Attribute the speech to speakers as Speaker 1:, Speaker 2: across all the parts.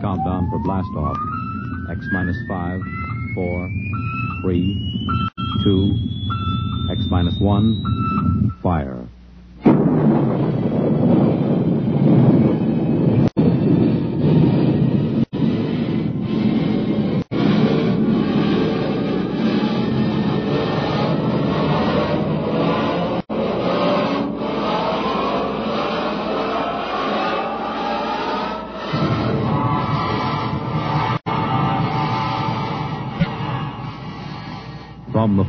Speaker 1: countdown for blast off. X minus five, four, three, two, X minus one, fire. From the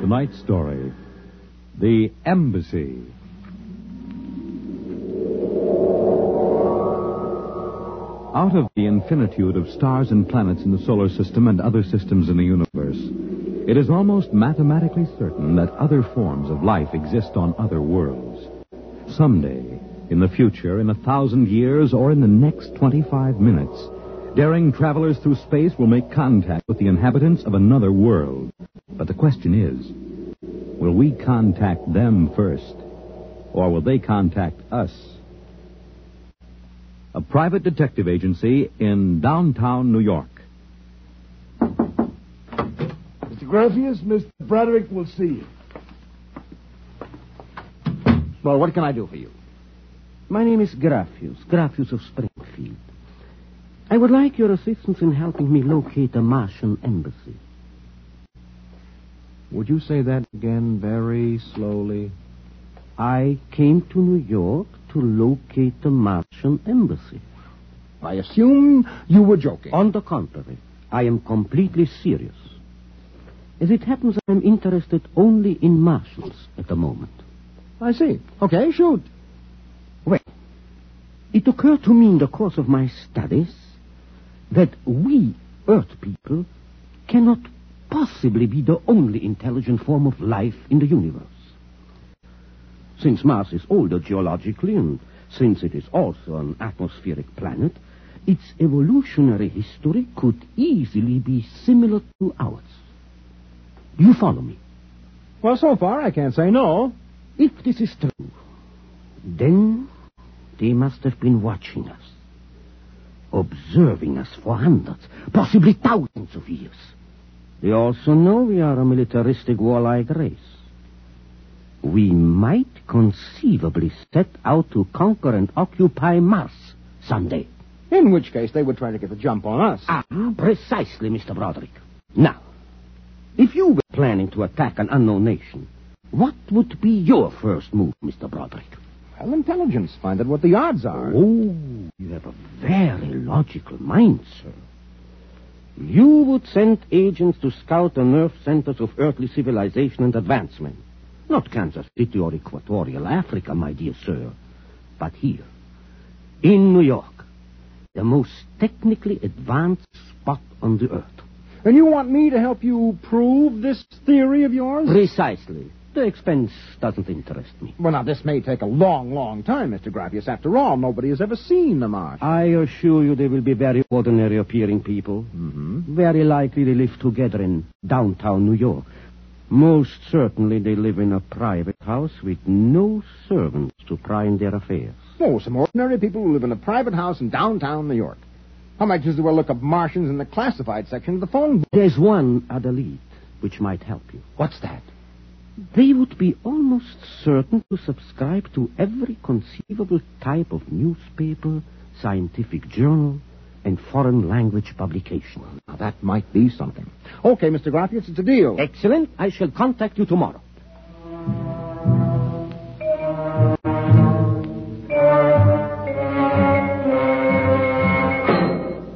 Speaker 1: tonight's story The Embassy. Out of the infinitude of stars and planets in the solar system and other systems in the universe, it is almost mathematically certain that other forms of life exist on other worlds. Someday, in the future, in a thousand years, or in the next 25 minutes, daring travelers through space will make contact with the inhabitants of another world. But the question is, will we contact them first? Or will they contact us? A private detective agency in downtown New York.
Speaker 2: Mr. Graffius, Mr. Broderick will see you.
Speaker 3: Well, what can I do for you?
Speaker 4: My name is Graffius, Graffius of Springfield. I would like your assistance in helping me locate the Martian embassy.
Speaker 3: Would you say that again very slowly?
Speaker 4: I came to New York to locate the Martian embassy.
Speaker 3: I assume you were joking.
Speaker 4: On the contrary, I am completely serious. As it happens, I am interested only in Martians at the moment.
Speaker 3: I see. Okay, shoot.
Speaker 4: Well, it occurred to me in the course of my studies that we, Earth people, cannot possibly be the only intelligent form of life in the universe. Since Mars is older geologically, and since it is also an atmospheric planet, its evolutionary history could easily be similar to ours. Do you follow me?
Speaker 3: Well, so far I can't say no.
Speaker 4: If this is true, then they must have been watching us, observing us for hundreds, possibly thousands of years. They also know we are a militaristic warlike race. We might conceivably set out to conquer and occupy Mars someday.
Speaker 3: In which case they would try to get the jump on us.
Speaker 4: Ah, precisely, Mr. Broderick. Now, if you were planning to attack an unknown nation, what would be your first move, Mr. Broderick?
Speaker 3: Well, intelligence. Find out what the odds are.
Speaker 4: Oh, you have a very logical mind, sir. You would send agents to scout the nerve centers of earthly civilization and advancement. Not Kansas City or Equatorial Africa, my dear sir, but here, in New York, the most technically advanced spot on the earth.
Speaker 3: And you want me to help you prove this theory of yours?
Speaker 4: Precisely. The expense doesn't interest me.
Speaker 3: Well, now, this may take a long, long time, Mr. Gravius. After all, nobody has ever seen the Mars.
Speaker 4: I assure you they will be very ordinary appearing people. Very likely they live together in downtown New York. Most certainly they live in a private house with no servants to pry in their affairs.
Speaker 3: Oh, some ordinary people who live in a private house in downtown New York. How might just as well look up Martians in the classified section of the phone book?
Speaker 4: There's one other lead which might help you.
Speaker 3: What's that?
Speaker 4: They would be almost certain to subscribe to every conceivable type of newspaper, scientific journal, and foreign language publication.
Speaker 3: Now, that might be something. Okay, Mr. Gravius, it's a deal.
Speaker 4: Excellent. I shall contact you tomorrow.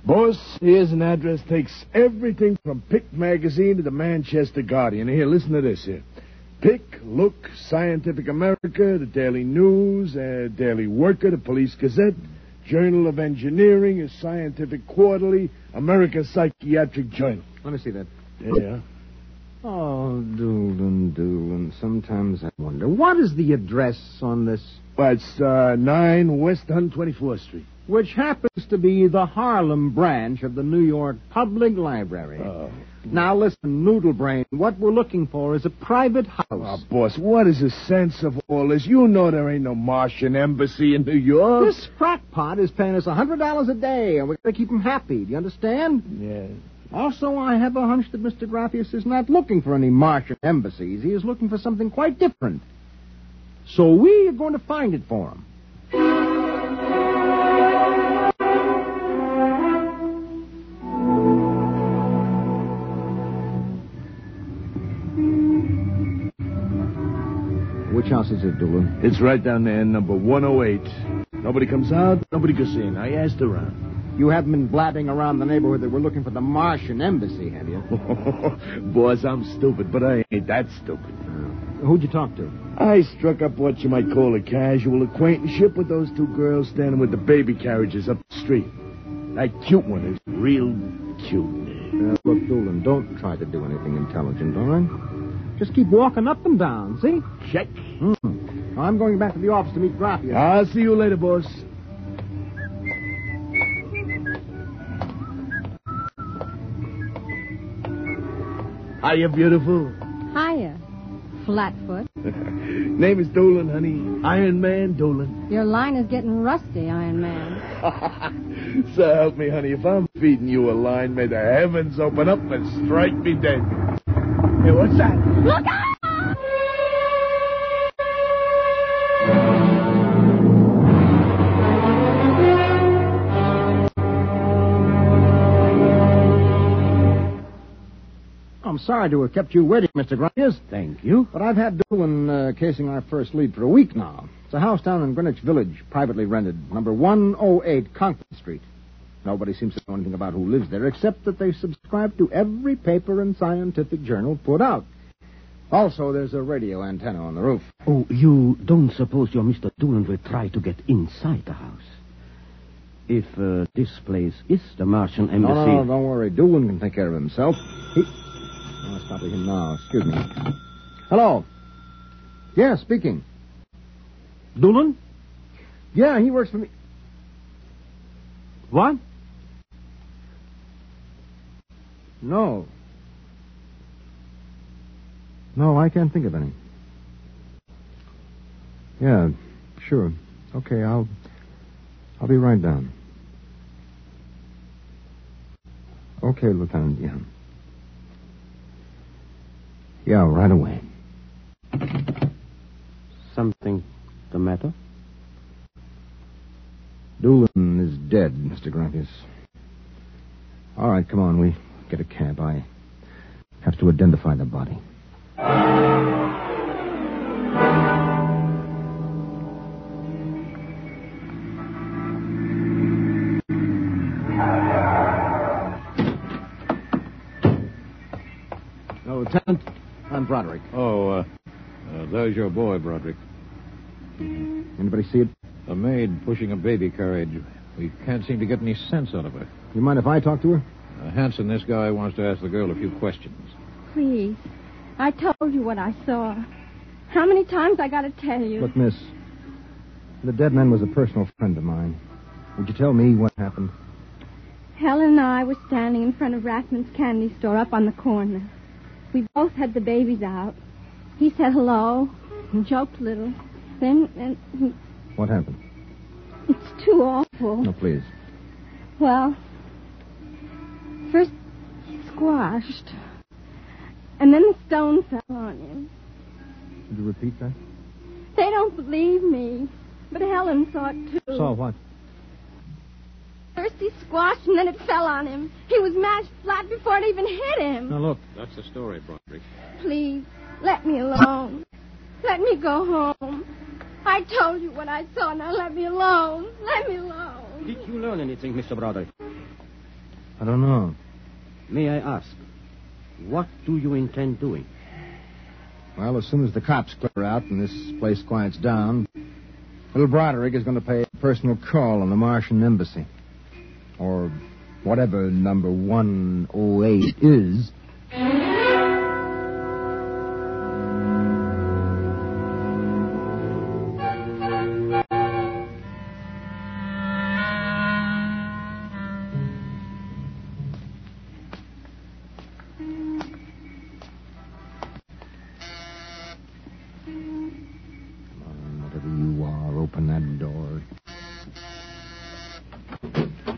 Speaker 2: Boss, here's an address takes everything from Pick magazine to the Manchester Guardian. Here, listen to this here. Pick, Look, Scientific America, the Daily News, uh, Daily Worker, the Police Gazette,
Speaker 5: Journal of Engineering, his Scientific Quarterly, American Psychiatric Journal.
Speaker 3: Let me see that.
Speaker 5: Yeah.
Speaker 3: Oh, Doolin, Doolin. Sometimes I wonder. What is the address on this?
Speaker 5: Well, it's uh, 9 West 124th Street.
Speaker 3: Which happens to be the Harlem branch of the New York Public Library.
Speaker 5: Oh.
Speaker 3: Now listen, Noodlebrain. What we're looking for is a private house.
Speaker 5: Oh, boss, what is the sense of all this? You know there ain't no Martian embassy in New York.
Speaker 3: This frat pot is paying us a hundred dollars a day, and we're going to keep him happy. Do you understand?
Speaker 5: Yeah.
Speaker 3: Also, I have a hunch that Mr. Graffius is not looking for any Martian embassies. He is looking for something quite different. So we are going to find it for him. Which house is it, Dulu?
Speaker 5: It's right down there, number 108. Nobody comes out, nobody goes in. I asked around.
Speaker 3: You haven't been blabbing around the neighborhood that we're looking for the Martian embassy, have you?
Speaker 5: boss, I'm stupid, but I ain't that stupid.
Speaker 3: Who'd you talk to?
Speaker 5: I struck up what you might call a casual acquaintanceship with those two girls standing with the baby carriages up the street. That cute one is real cute.
Speaker 3: Uh, look, Doolin, don't try to do anything intelligent, all right? Just keep walking up and down, see?
Speaker 5: Check.
Speaker 3: I'm going back to the office to meet Graffius.
Speaker 5: I'll see you later, boss. Are you beautiful?
Speaker 6: Hiya, Flatfoot.
Speaker 5: Name is Dolan, honey. Iron Man Dolan.
Speaker 6: Your line is getting rusty, Iron Man.
Speaker 5: So help me, honey. If I'm feeding you a line, may the heavens open up and strike me dead. Hey, what's that?
Speaker 6: Look out!
Speaker 3: I'm sorry to have kept you waiting, Mr. Graffius,
Speaker 4: Thank you.
Speaker 3: but I've had Doolin uh, casing our first lead for a week now. It's a house down in Greenwich Village, privately rented, number 108 Conklin Street. Nobody seems to know anything about who lives there, except that they subscribe to every paper and scientific journal put out. Also, there's a radio antenna on the roof.
Speaker 4: Oh, you don't suppose your Mr. Doolan will try to get inside the house? If uh, this place is the Martian
Speaker 3: No,
Speaker 4: embassy.
Speaker 3: no, no, don't worry. Doolin can take care of himself. He... Oh, it's probably him now. Excuse me. Hello. Yeah, speaking.
Speaker 4: Doolan?
Speaker 3: Yeah, he works for me.
Speaker 4: What?
Speaker 3: No. No, I can't think of any. Yeah, sure. Okay, I'll I'll be right down. Okay, Lieutenant, yeah. Yeah, right away.
Speaker 4: Something the matter?
Speaker 3: Doolin is dead, Mr. Graffius. All right, come on. We get a cab. I have to identify the body. Now, Lieutenant, I'm Broderick.
Speaker 1: Oh, uh, uh, there's your boy, Broderick.
Speaker 3: Anybody see it?
Speaker 1: A maid pushing a baby carriage. We can't seem to get any sense out of her.
Speaker 3: You mind if I talk to her?
Speaker 1: Uh, Hanson, this guy wants to ask the girl a few questions.
Speaker 6: Please. I told you what I saw. How many times I gotta tell you?
Speaker 3: Look, miss, the dead man was a personal friend of mine. Would you tell me what happened?
Speaker 6: Helen and I were standing in front of Rackman's candy store up on the corner. We both had the babies out. He said hello and joked a little. Then, and
Speaker 3: What happened?
Speaker 6: it's too awful.
Speaker 3: No, please.
Speaker 6: Well, first he squashed, and then the stone fell on him.
Speaker 3: Did you repeat that?
Speaker 6: They don't believe me. But Helen saw it too.
Speaker 3: what?
Speaker 6: First he squashed and then it fell on him. He was mashed flat before it even hit him.
Speaker 3: look.
Speaker 1: That's the story, Broderick.
Speaker 6: Please, let me alone. Let me go home. I told you what I saw. Now let me alone. Let me alone.
Speaker 4: Did you learn anything, Mr. Broderick?
Speaker 3: I don't know.
Speaker 4: May I ask, what do you intend doing?
Speaker 3: Well, as soon as the cops clear out and this place quiets down, little Broderick is going to pay personal call on the Martian embassy. Or whatever number 108 is. Come on, um, whatever you are, open that door.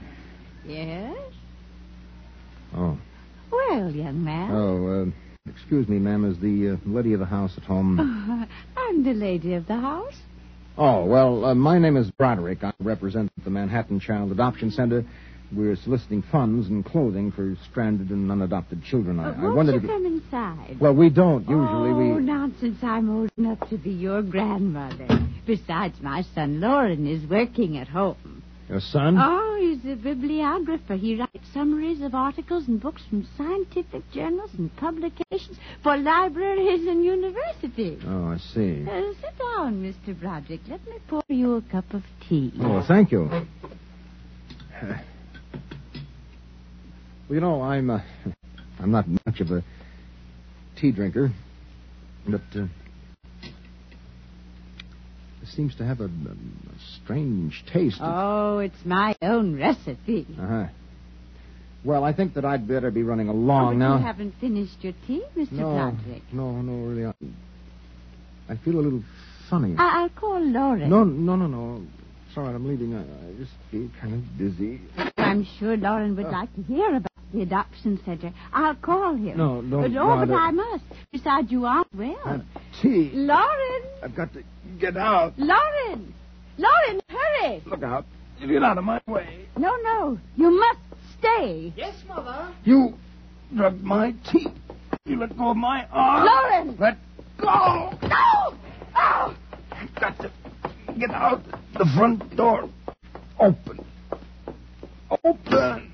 Speaker 7: Yes?
Speaker 3: Oh.
Speaker 7: Well, young man.
Speaker 3: Oh, uh, excuse me, ma'am. Is the uh, lady of the house at
Speaker 6: Oh,
Speaker 3: home?
Speaker 7: I'm the lady of the house.
Speaker 3: Oh, well, uh, my name is Broderick. I represent the Manhattan Child Adoption Center. We're soliciting funds and clothing for stranded and unadopted children. I,
Speaker 7: Uh,
Speaker 3: I
Speaker 7: won't
Speaker 3: wondered
Speaker 7: you
Speaker 3: if.
Speaker 7: come inside?
Speaker 3: Well, we don't. Usually
Speaker 7: oh,
Speaker 3: we.
Speaker 7: nonsense. I'm old enough to be your grandmother. Besides, my son Lauren is working at home.
Speaker 3: Your son?
Speaker 7: Oh, he's a bibliographer. He writes summaries of articles and books from scientific journals and publications for libraries and universities.
Speaker 3: Oh, I see.
Speaker 7: Uh, sit down, Mr. Broderick. Let me pour you a cup of tea.
Speaker 3: Oh, thank you. Well, you know, I'm uh, I'm not much of a tea drinker, but uh, it seems to have a, a strange taste.
Speaker 7: Oh, it's my own recipe.
Speaker 3: Uh huh. Well, I think that I'd better be running
Speaker 7: Oh,
Speaker 3: along
Speaker 7: but
Speaker 3: now.
Speaker 7: You haven't finished your tea, Mr.
Speaker 3: no,
Speaker 7: Broderick.
Speaker 3: no, no, really, I, I feel a little funny.
Speaker 7: I- I'll call Lauren.
Speaker 3: No, no, no, no. Sorry, I'm leaving. I, I just feel kind of dizzy.
Speaker 7: I'm sure Lauren
Speaker 3: Uh.
Speaker 7: would like to hear about the adoption center. I'll call him.
Speaker 3: No,
Speaker 7: But,
Speaker 3: don't
Speaker 7: oh, but
Speaker 3: bother. Uh,
Speaker 7: I must. Besides, you aren't well.
Speaker 3: Tea.
Speaker 7: Lauren!
Speaker 2: I've got to get out.
Speaker 7: Lauren! Lauren, hurry!
Speaker 2: Look out. If you're out of my way,
Speaker 7: No, no. You must stay.
Speaker 2: you drugged my tea. You let go of my arm.
Speaker 7: Lauren!
Speaker 2: Let go.
Speaker 7: No! Oh!
Speaker 2: I've got to get out the front door. Open. Open.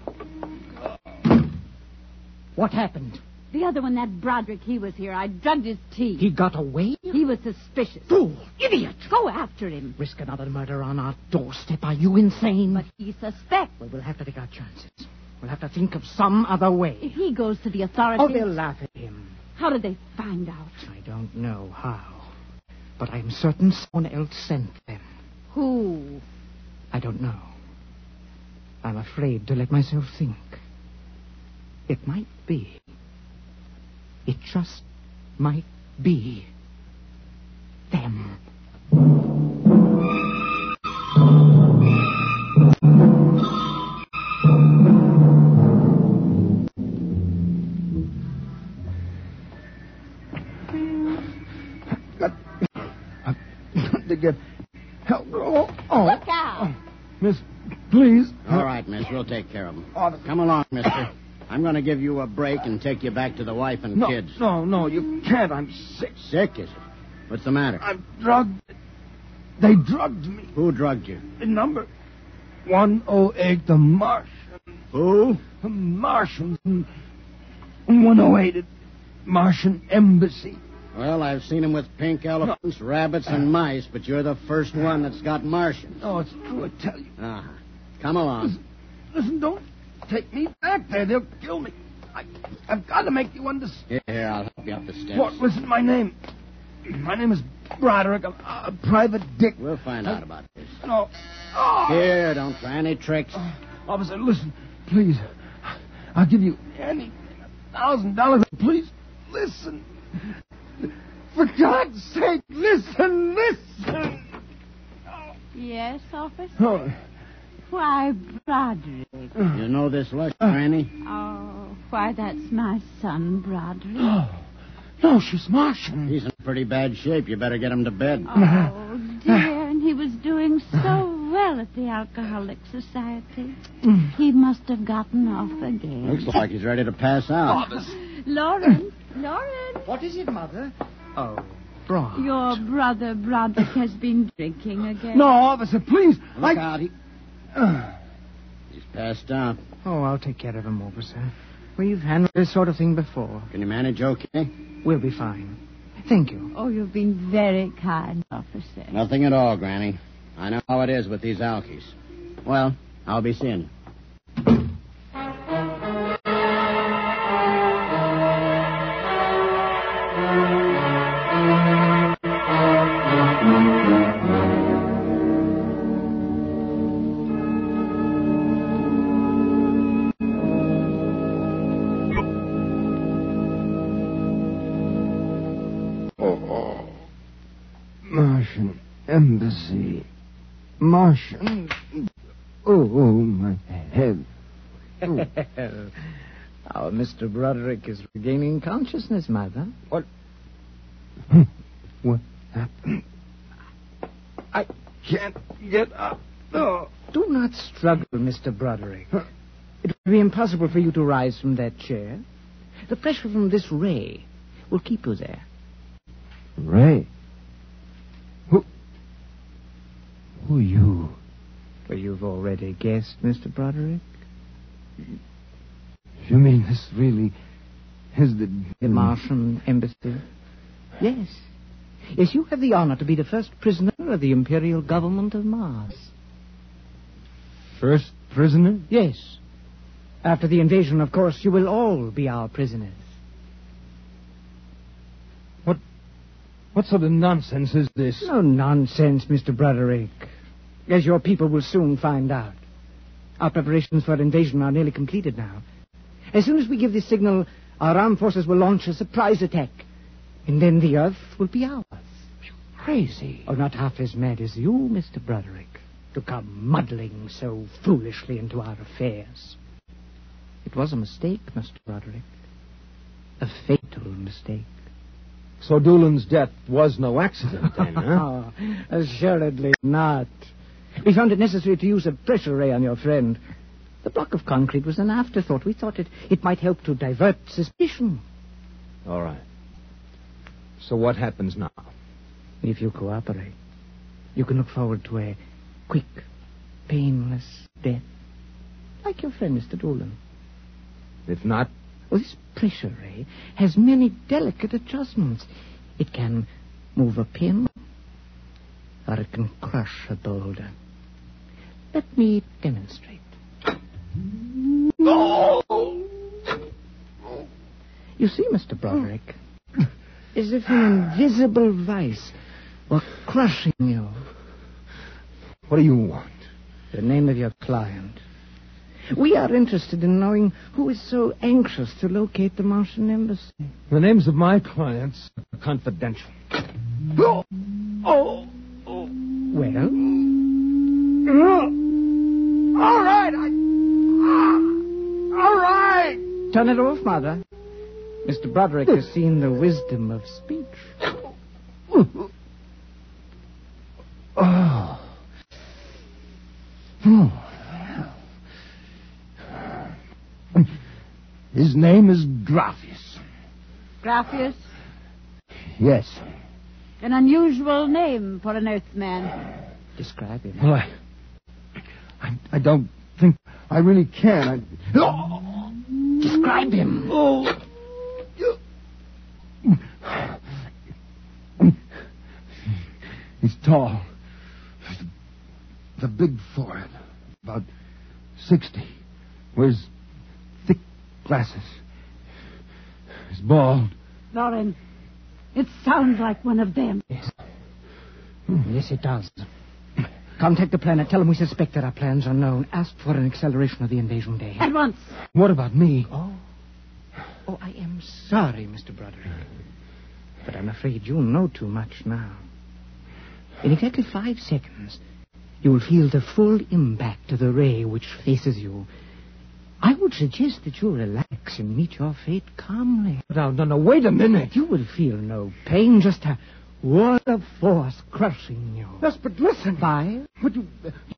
Speaker 8: What happened?
Speaker 7: The other one, that Broderick, he was here. I drugged his tea.
Speaker 8: He got away?
Speaker 7: He was suspicious.
Speaker 8: Fool! Idiot!
Speaker 7: Go after him.
Speaker 8: Risk another murder on our doorstep. Are you insane? But
Speaker 7: He suspects.
Speaker 8: well, we'll have to take our chances. We'll have to think of some other
Speaker 7: If
Speaker 8: way.
Speaker 7: he goes to the authorities,
Speaker 8: Oh, they'll laugh at him.
Speaker 7: how do they find out?
Speaker 8: I don't know how. But I'm certain someone else sent them.
Speaker 7: Who?
Speaker 8: I don't know. I'm afraid to let myself think. It might be. It just might be. Them.
Speaker 2: To get help. Oh, oh.
Speaker 7: Look out!
Speaker 2: Miss, please.
Speaker 9: All right, miss, we'll take care of them. Come along, mister. I'm going to give you a break and take you back to the wife and
Speaker 2: No,
Speaker 9: kids.
Speaker 2: no, no, you can't. I'm sick.
Speaker 9: Sick, is it? What's the matter?
Speaker 2: I'm drugged. They drugged me.
Speaker 9: Who drugged you?
Speaker 2: The number 108, the Martian.
Speaker 9: Who?
Speaker 2: The Martians. 108, at Martian Embassy.
Speaker 9: Well, I've seen him with pink elephants, rabbits, and mice, but you're the first one that's got Martians.
Speaker 2: No, Oh, it's true, I tell you.
Speaker 9: Ah, come along.
Speaker 2: Listen, don't take me back there. They'll kill me. I, I've got to make you understand.
Speaker 9: Here, here, I'll help you up the steps.
Speaker 2: What? Listen, my name. My name is Broderick. I'm a private dick.
Speaker 9: We'll find out about this.
Speaker 2: No. Oh!
Speaker 9: Here, don't try any tricks.
Speaker 2: Officer, listen, please. I'll give you any thousand dollars. Please, listen. For God's sake, listen, listen.
Speaker 7: Yes, officer?
Speaker 2: Oh,
Speaker 7: Why, Broderick.
Speaker 9: You know this look, Granny?
Speaker 7: Oh, why, that's my son, Broderick.
Speaker 2: no, she's Martian.
Speaker 9: He's in pretty bad shape. You better get him to bed.
Speaker 7: Oh, dear, and he was doing so well at the Alcoholic Society.
Speaker 8: Mm.
Speaker 7: He must have gotten off again.
Speaker 9: Looks like he's ready to pass out.
Speaker 2: Oh,
Speaker 7: Lauren, Lauren,
Speaker 8: What is it, Mother? Oh, Brock.
Speaker 7: your brother Broderick has been drinking again.
Speaker 2: No, officer, please.
Speaker 9: Look
Speaker 2: I...
Speaker 9: out. He... He's passed out.
Speaker 8: Oh, I'll take care of him, officer. We've handled this sort of thing before.
Speaker 9: Can you manage okay?
Speaker 8: We'll be fine. Thank you.
Speaker 7: Oh, you've been very kind, officer.
Speaker 9: Nothing at all, Granny. I know how it is with these Alkies. Well, I'll be seeing you.
Speaker 3: Martian embassy. Martian.
Speaker 8: Mm.
Speaker 3: Oh, oh my head.
Speaker 8: Our Mr. Oh, Broderick is regaining consciousness, Mother. What?
Speaker 3: What happened?
Speaker 8: I
Speaker 3: can't get up. Oh.
Speaker 8: Do not struggle, Mr. Broderick. It will be impossible for you to rise from that chair. The pressure from this ray will keep you there.
Speaker 3: Ray. Who? Who are you?
Speaker 8: Well, you've already guessed, Mr. Broderick.
Speaker 3: You mean this really is the.
Speaker 8: The Martian embassy. Yes. Yes, you have the honor to be the first prisoner of the Imperial government of Mars.
Speaker 3: First prisoner?
Speaker 8: Yes. After the invasion, of course, you will all be our prisoners.
Speaker 3: What sort of nonsense is this?
Speaker 8: No nonsense, Mr. Broderick. As your people will soon find out. Our preparations for invasion are nearly completed now. As soon as we give the signal, our armed forces will launch a surprise attack. And then the Earth will be ours.
Speaker 3: Crazy.
Speaker 8: Oh, not half as mad as you, Mr. Broderick, to come muddling so foolishly into our affairs. It was a mistake, Mr. Broderick. A fatal mistake.
Speaker 3: So Doolin's death was no accident then, huh?
Speaker 8: Oh, assuredly not. We found it necessary to use a pressure ray on your friend. The block of concrete was an afterthought. We thought it, it might help to divert suspicion.
Speaker 3: All right. So what happens now?
Speaker 8: If you cooperate, you can look forward to a quick, painless death. Like your friend, Mr. Doolin.
Speaker 3: If not,
Speaker 8: Well, this pressure ray has many delicate adjustments. It can move a pin, or it can crush a boulder. Let me demonstrate. You see, Mr. Broderick, as if an invisible vice were crushing you.
Speaker 3: what do you want?
Speaker 8: The name of your client. We are interested in knowing who is so anxious to locate the Martian embassy.
Speaker 3: The names of my clients are confidential.
Speaker 8: Well?
Speaker 2: Uh, All right, I. Ah, all right.
Speaker 8: Turn it off, Mother. Mr. Broderick has seen the wisdom of speech.
Speaker 2: His name is Graffius.
Speaker 7: Graffius,
Speaker 2: Yes.
Speaker 7: an unusual name for an Earthman.
Speaker 8: Describe him.
Speaker 2: Well, I, I, I don't think I really can. I,
Speaker 8: Describe him.
Speaker 2: he's tall, the big forehead, about sixty, wears thick glasses. He's bald.
Speaker 7: Lauren, it sounds like one of them.
Speaker 8: Yes, it does. Contact the planet. Tell him we suspect that our plans are known. Ask for an acceleration of the invasion day.
Speaker 7: At once.
Speaker 2: What about me?
Speaker 8: Oh. Oh, I am sorry, Mr. Broderick. But I'm afraid you know too much now. In exactly five seconds, you will feel the full impact of the ray which faces you. I would suggest that you relax and meet your fate calmly.
Speaker 3: Now, no, no, wait a minute.
Speaker 8: You will feel no pain, just a wall of force crushing you.
Speaker 3: Yes, but listen.
Speaker 8: Five,
Speaker 3: But you,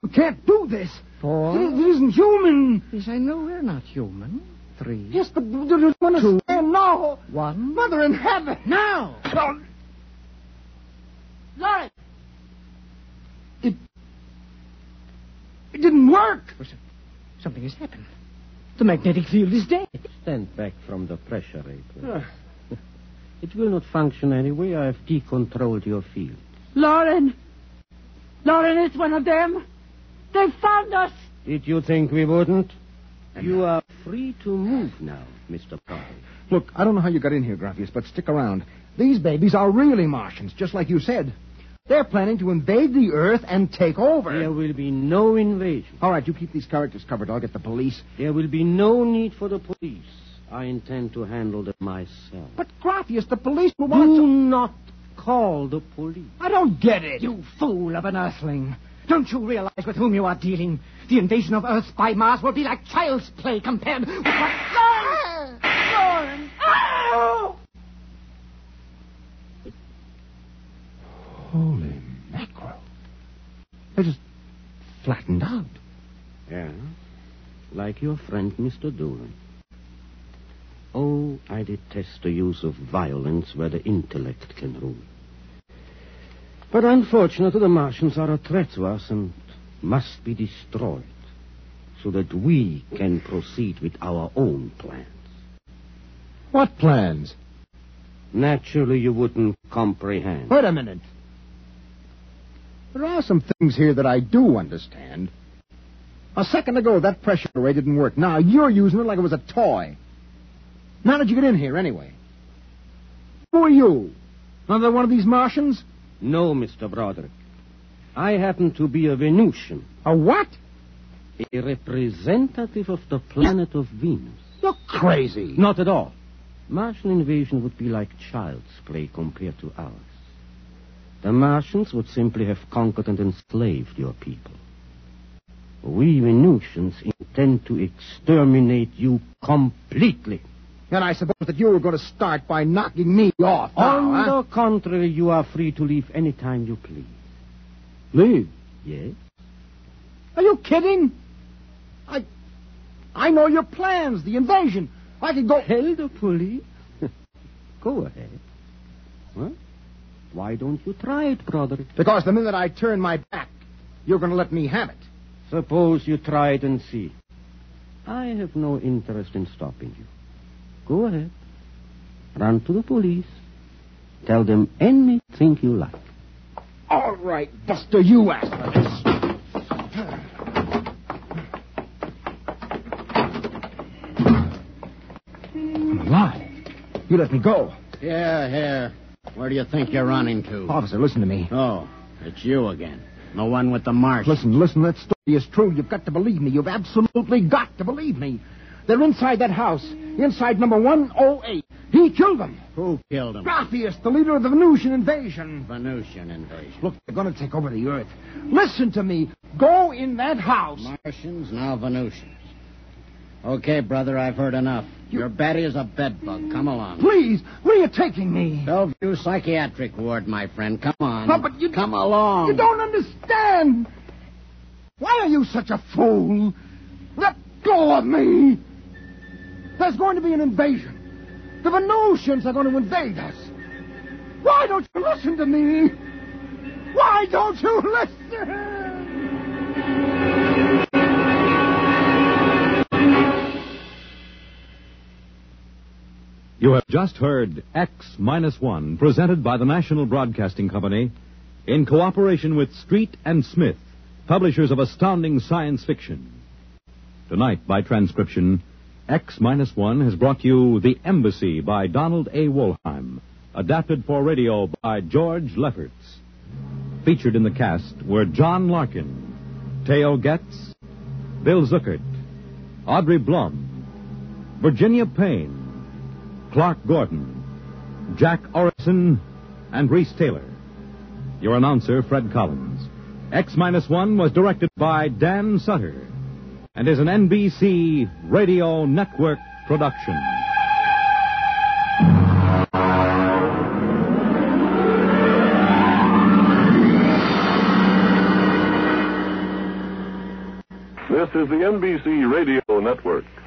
Speaker 3: you can't do this.
Speaker 8: four.
Speaker 3: It isn't human.
Speaker 8: Yes, I know we're not human. Three.
Speaker 3: Yes, but you don't understand now.
Speaker 8: One.
Speaker 3: Mother in heaven.
Speaker 8: Now!
Speaker 3: Oh,
Speaker 7: Lauren,
Speaker 3: it didn't work.
Speaker 8: Something has happened. The magnetic field is dead.
Speaker 4: Stand back from the pressure ray, please. it will not function anyway. I have decontrolled your field.
Speaker 7: Lauren,
Speaker 10: Lauren is one of them. They found us.
Speaker 4: Did you think we wouldn't? You are free to move now, Mr. Pryor.
Speaker 2: Look, I don't know how you got in here, Gravius, but stick around. These babies are really Martians, just like you said. They're planning to invade the Earth and take over.
Speaker 4: There will be no invasion.
Speaker 2: All right, you keep these characters covered. I'll get the police.
Speaker 4: There will be no need for the police. I intend to handle them myself.
Speaker 2: But, Gravius, the police will
Speaker 4: Do
Speaker 2: want to...
Speaker 4: not call the police.
Speaker 8: I don't get it. You fool of an Earthling. Don't you realize with whom you are dealing? The invasion of Earth by Mars will be like child's play compared with what... Ah!
Speaker 10: Lauren! Lauren!
Speaker 4: Ah!
Speaker 10: Ow!
Speaker 4: Holy mackerel. They're just flattened out. Yeah. Like your friend, Mr. Doolin. Oh, I detest the use of violence where the intellect can rule. But unfortunately, the Martians are a threat to us and must be destroyed so that we can proceed with our own plans.
Speaker 2: What plans?
Speaker 4: Naturally, you wouldn't comprehend.
Speaker 2: Wait a minute. There are some things here that I do understand. A second ago, that pressure array didn't work. Now you're using it like it was a toy. Now did you get in here, anyway? Who are you? Another one of these Martians?
Speaker 4: No, Mr. Broderick. I happen to be a Venusian.
Speaker 2: A what?
Speaker 4: A representative of the planet of Venus.
Speaker 2: You're crazy.
Speaker 4: Not at all. Martian invasion would be like child's play compared to ours. The Martians would simply have conquered and enslaved your people. We Venusians intend to exterminate you completely.
Speaker 2: And I suppose that you were going to start by knocking me off. now,
Speaker 4: On the
Speaker 2: huh?
Speaker 4: contrary, you are free to leave any time you please. Leave? Yes.
Speaker 2: Are you kidding? I I know your plans, the invasion. I could go
Speaker 4: Tell the police. Go ahead. What? Why don't you try it, brother?
Speaker 2: Because the minute I turn my back, you're going to let me have it.
Speaker 4: Suppose you try it and see. I have no interest in stopping you. Go ahead. Run to the police. Tell them anything you like.
Speaker 2: All right, Buster, you asked for this. Alive. You let me go.
Speaker 9: Here, here. Where do you think you're running to?
Speaker 2: Officer, listen to me.
Speaker 9: Oh, it's you again. The one with the marsh.
Speaker 2: Listen, listen, that story is true. You've got to believe me. You've absolutely got to believe me. They're inside that house, inside number 108. He killed them.
Speaker 9: Who killed him?
Speaker 2: Graffius, the leader of the Venusian invasion.
Speaker 9: Venusian invasion.
Speaker 2: Look, they're going to take over the Earth. Listen to me. Go in that house.
Speaker 9: Martians, now Venusians. Okay, brother, I've heard enough. You're batty as a bedbug. Come along.
Speaker 2: Please, where are you taking me?
Speaker 9: Bellevue Psychiatric Ward, my friend. Come on.
Speaker 2: No, but you-
Speaker 9: Come
Speaker 4: Oh.
Speaker 9: along.
Speaker 2: You don't understand. Why are you such a fool? Let go of me. There's going to be an invasion. The Venusians are going to invade us. Why don't you listen to me? Why don't you listen?
Speaker 1: You have just heard X Minus One, presented by the National Broadcasting Company in cooperation with Street and Smith, publishers of astounding science fiction. Tonight, by transcription, X Minus One has brought you The Embassy by Donald A. Wolheim, adapted for radio by George Lefferts. Featured in the cast were John Larkin, Theo Getz, Bill Zuckert, Audrey Blum, Virginia Payne, Clark Gordon, Jack Orison, and Reese Taylor. Your announcer, Fred Collins. X Minus One was directed by Dan Sutter and is an NBC Radio Network production.
Speaker 11: This is the NBC Radio Network.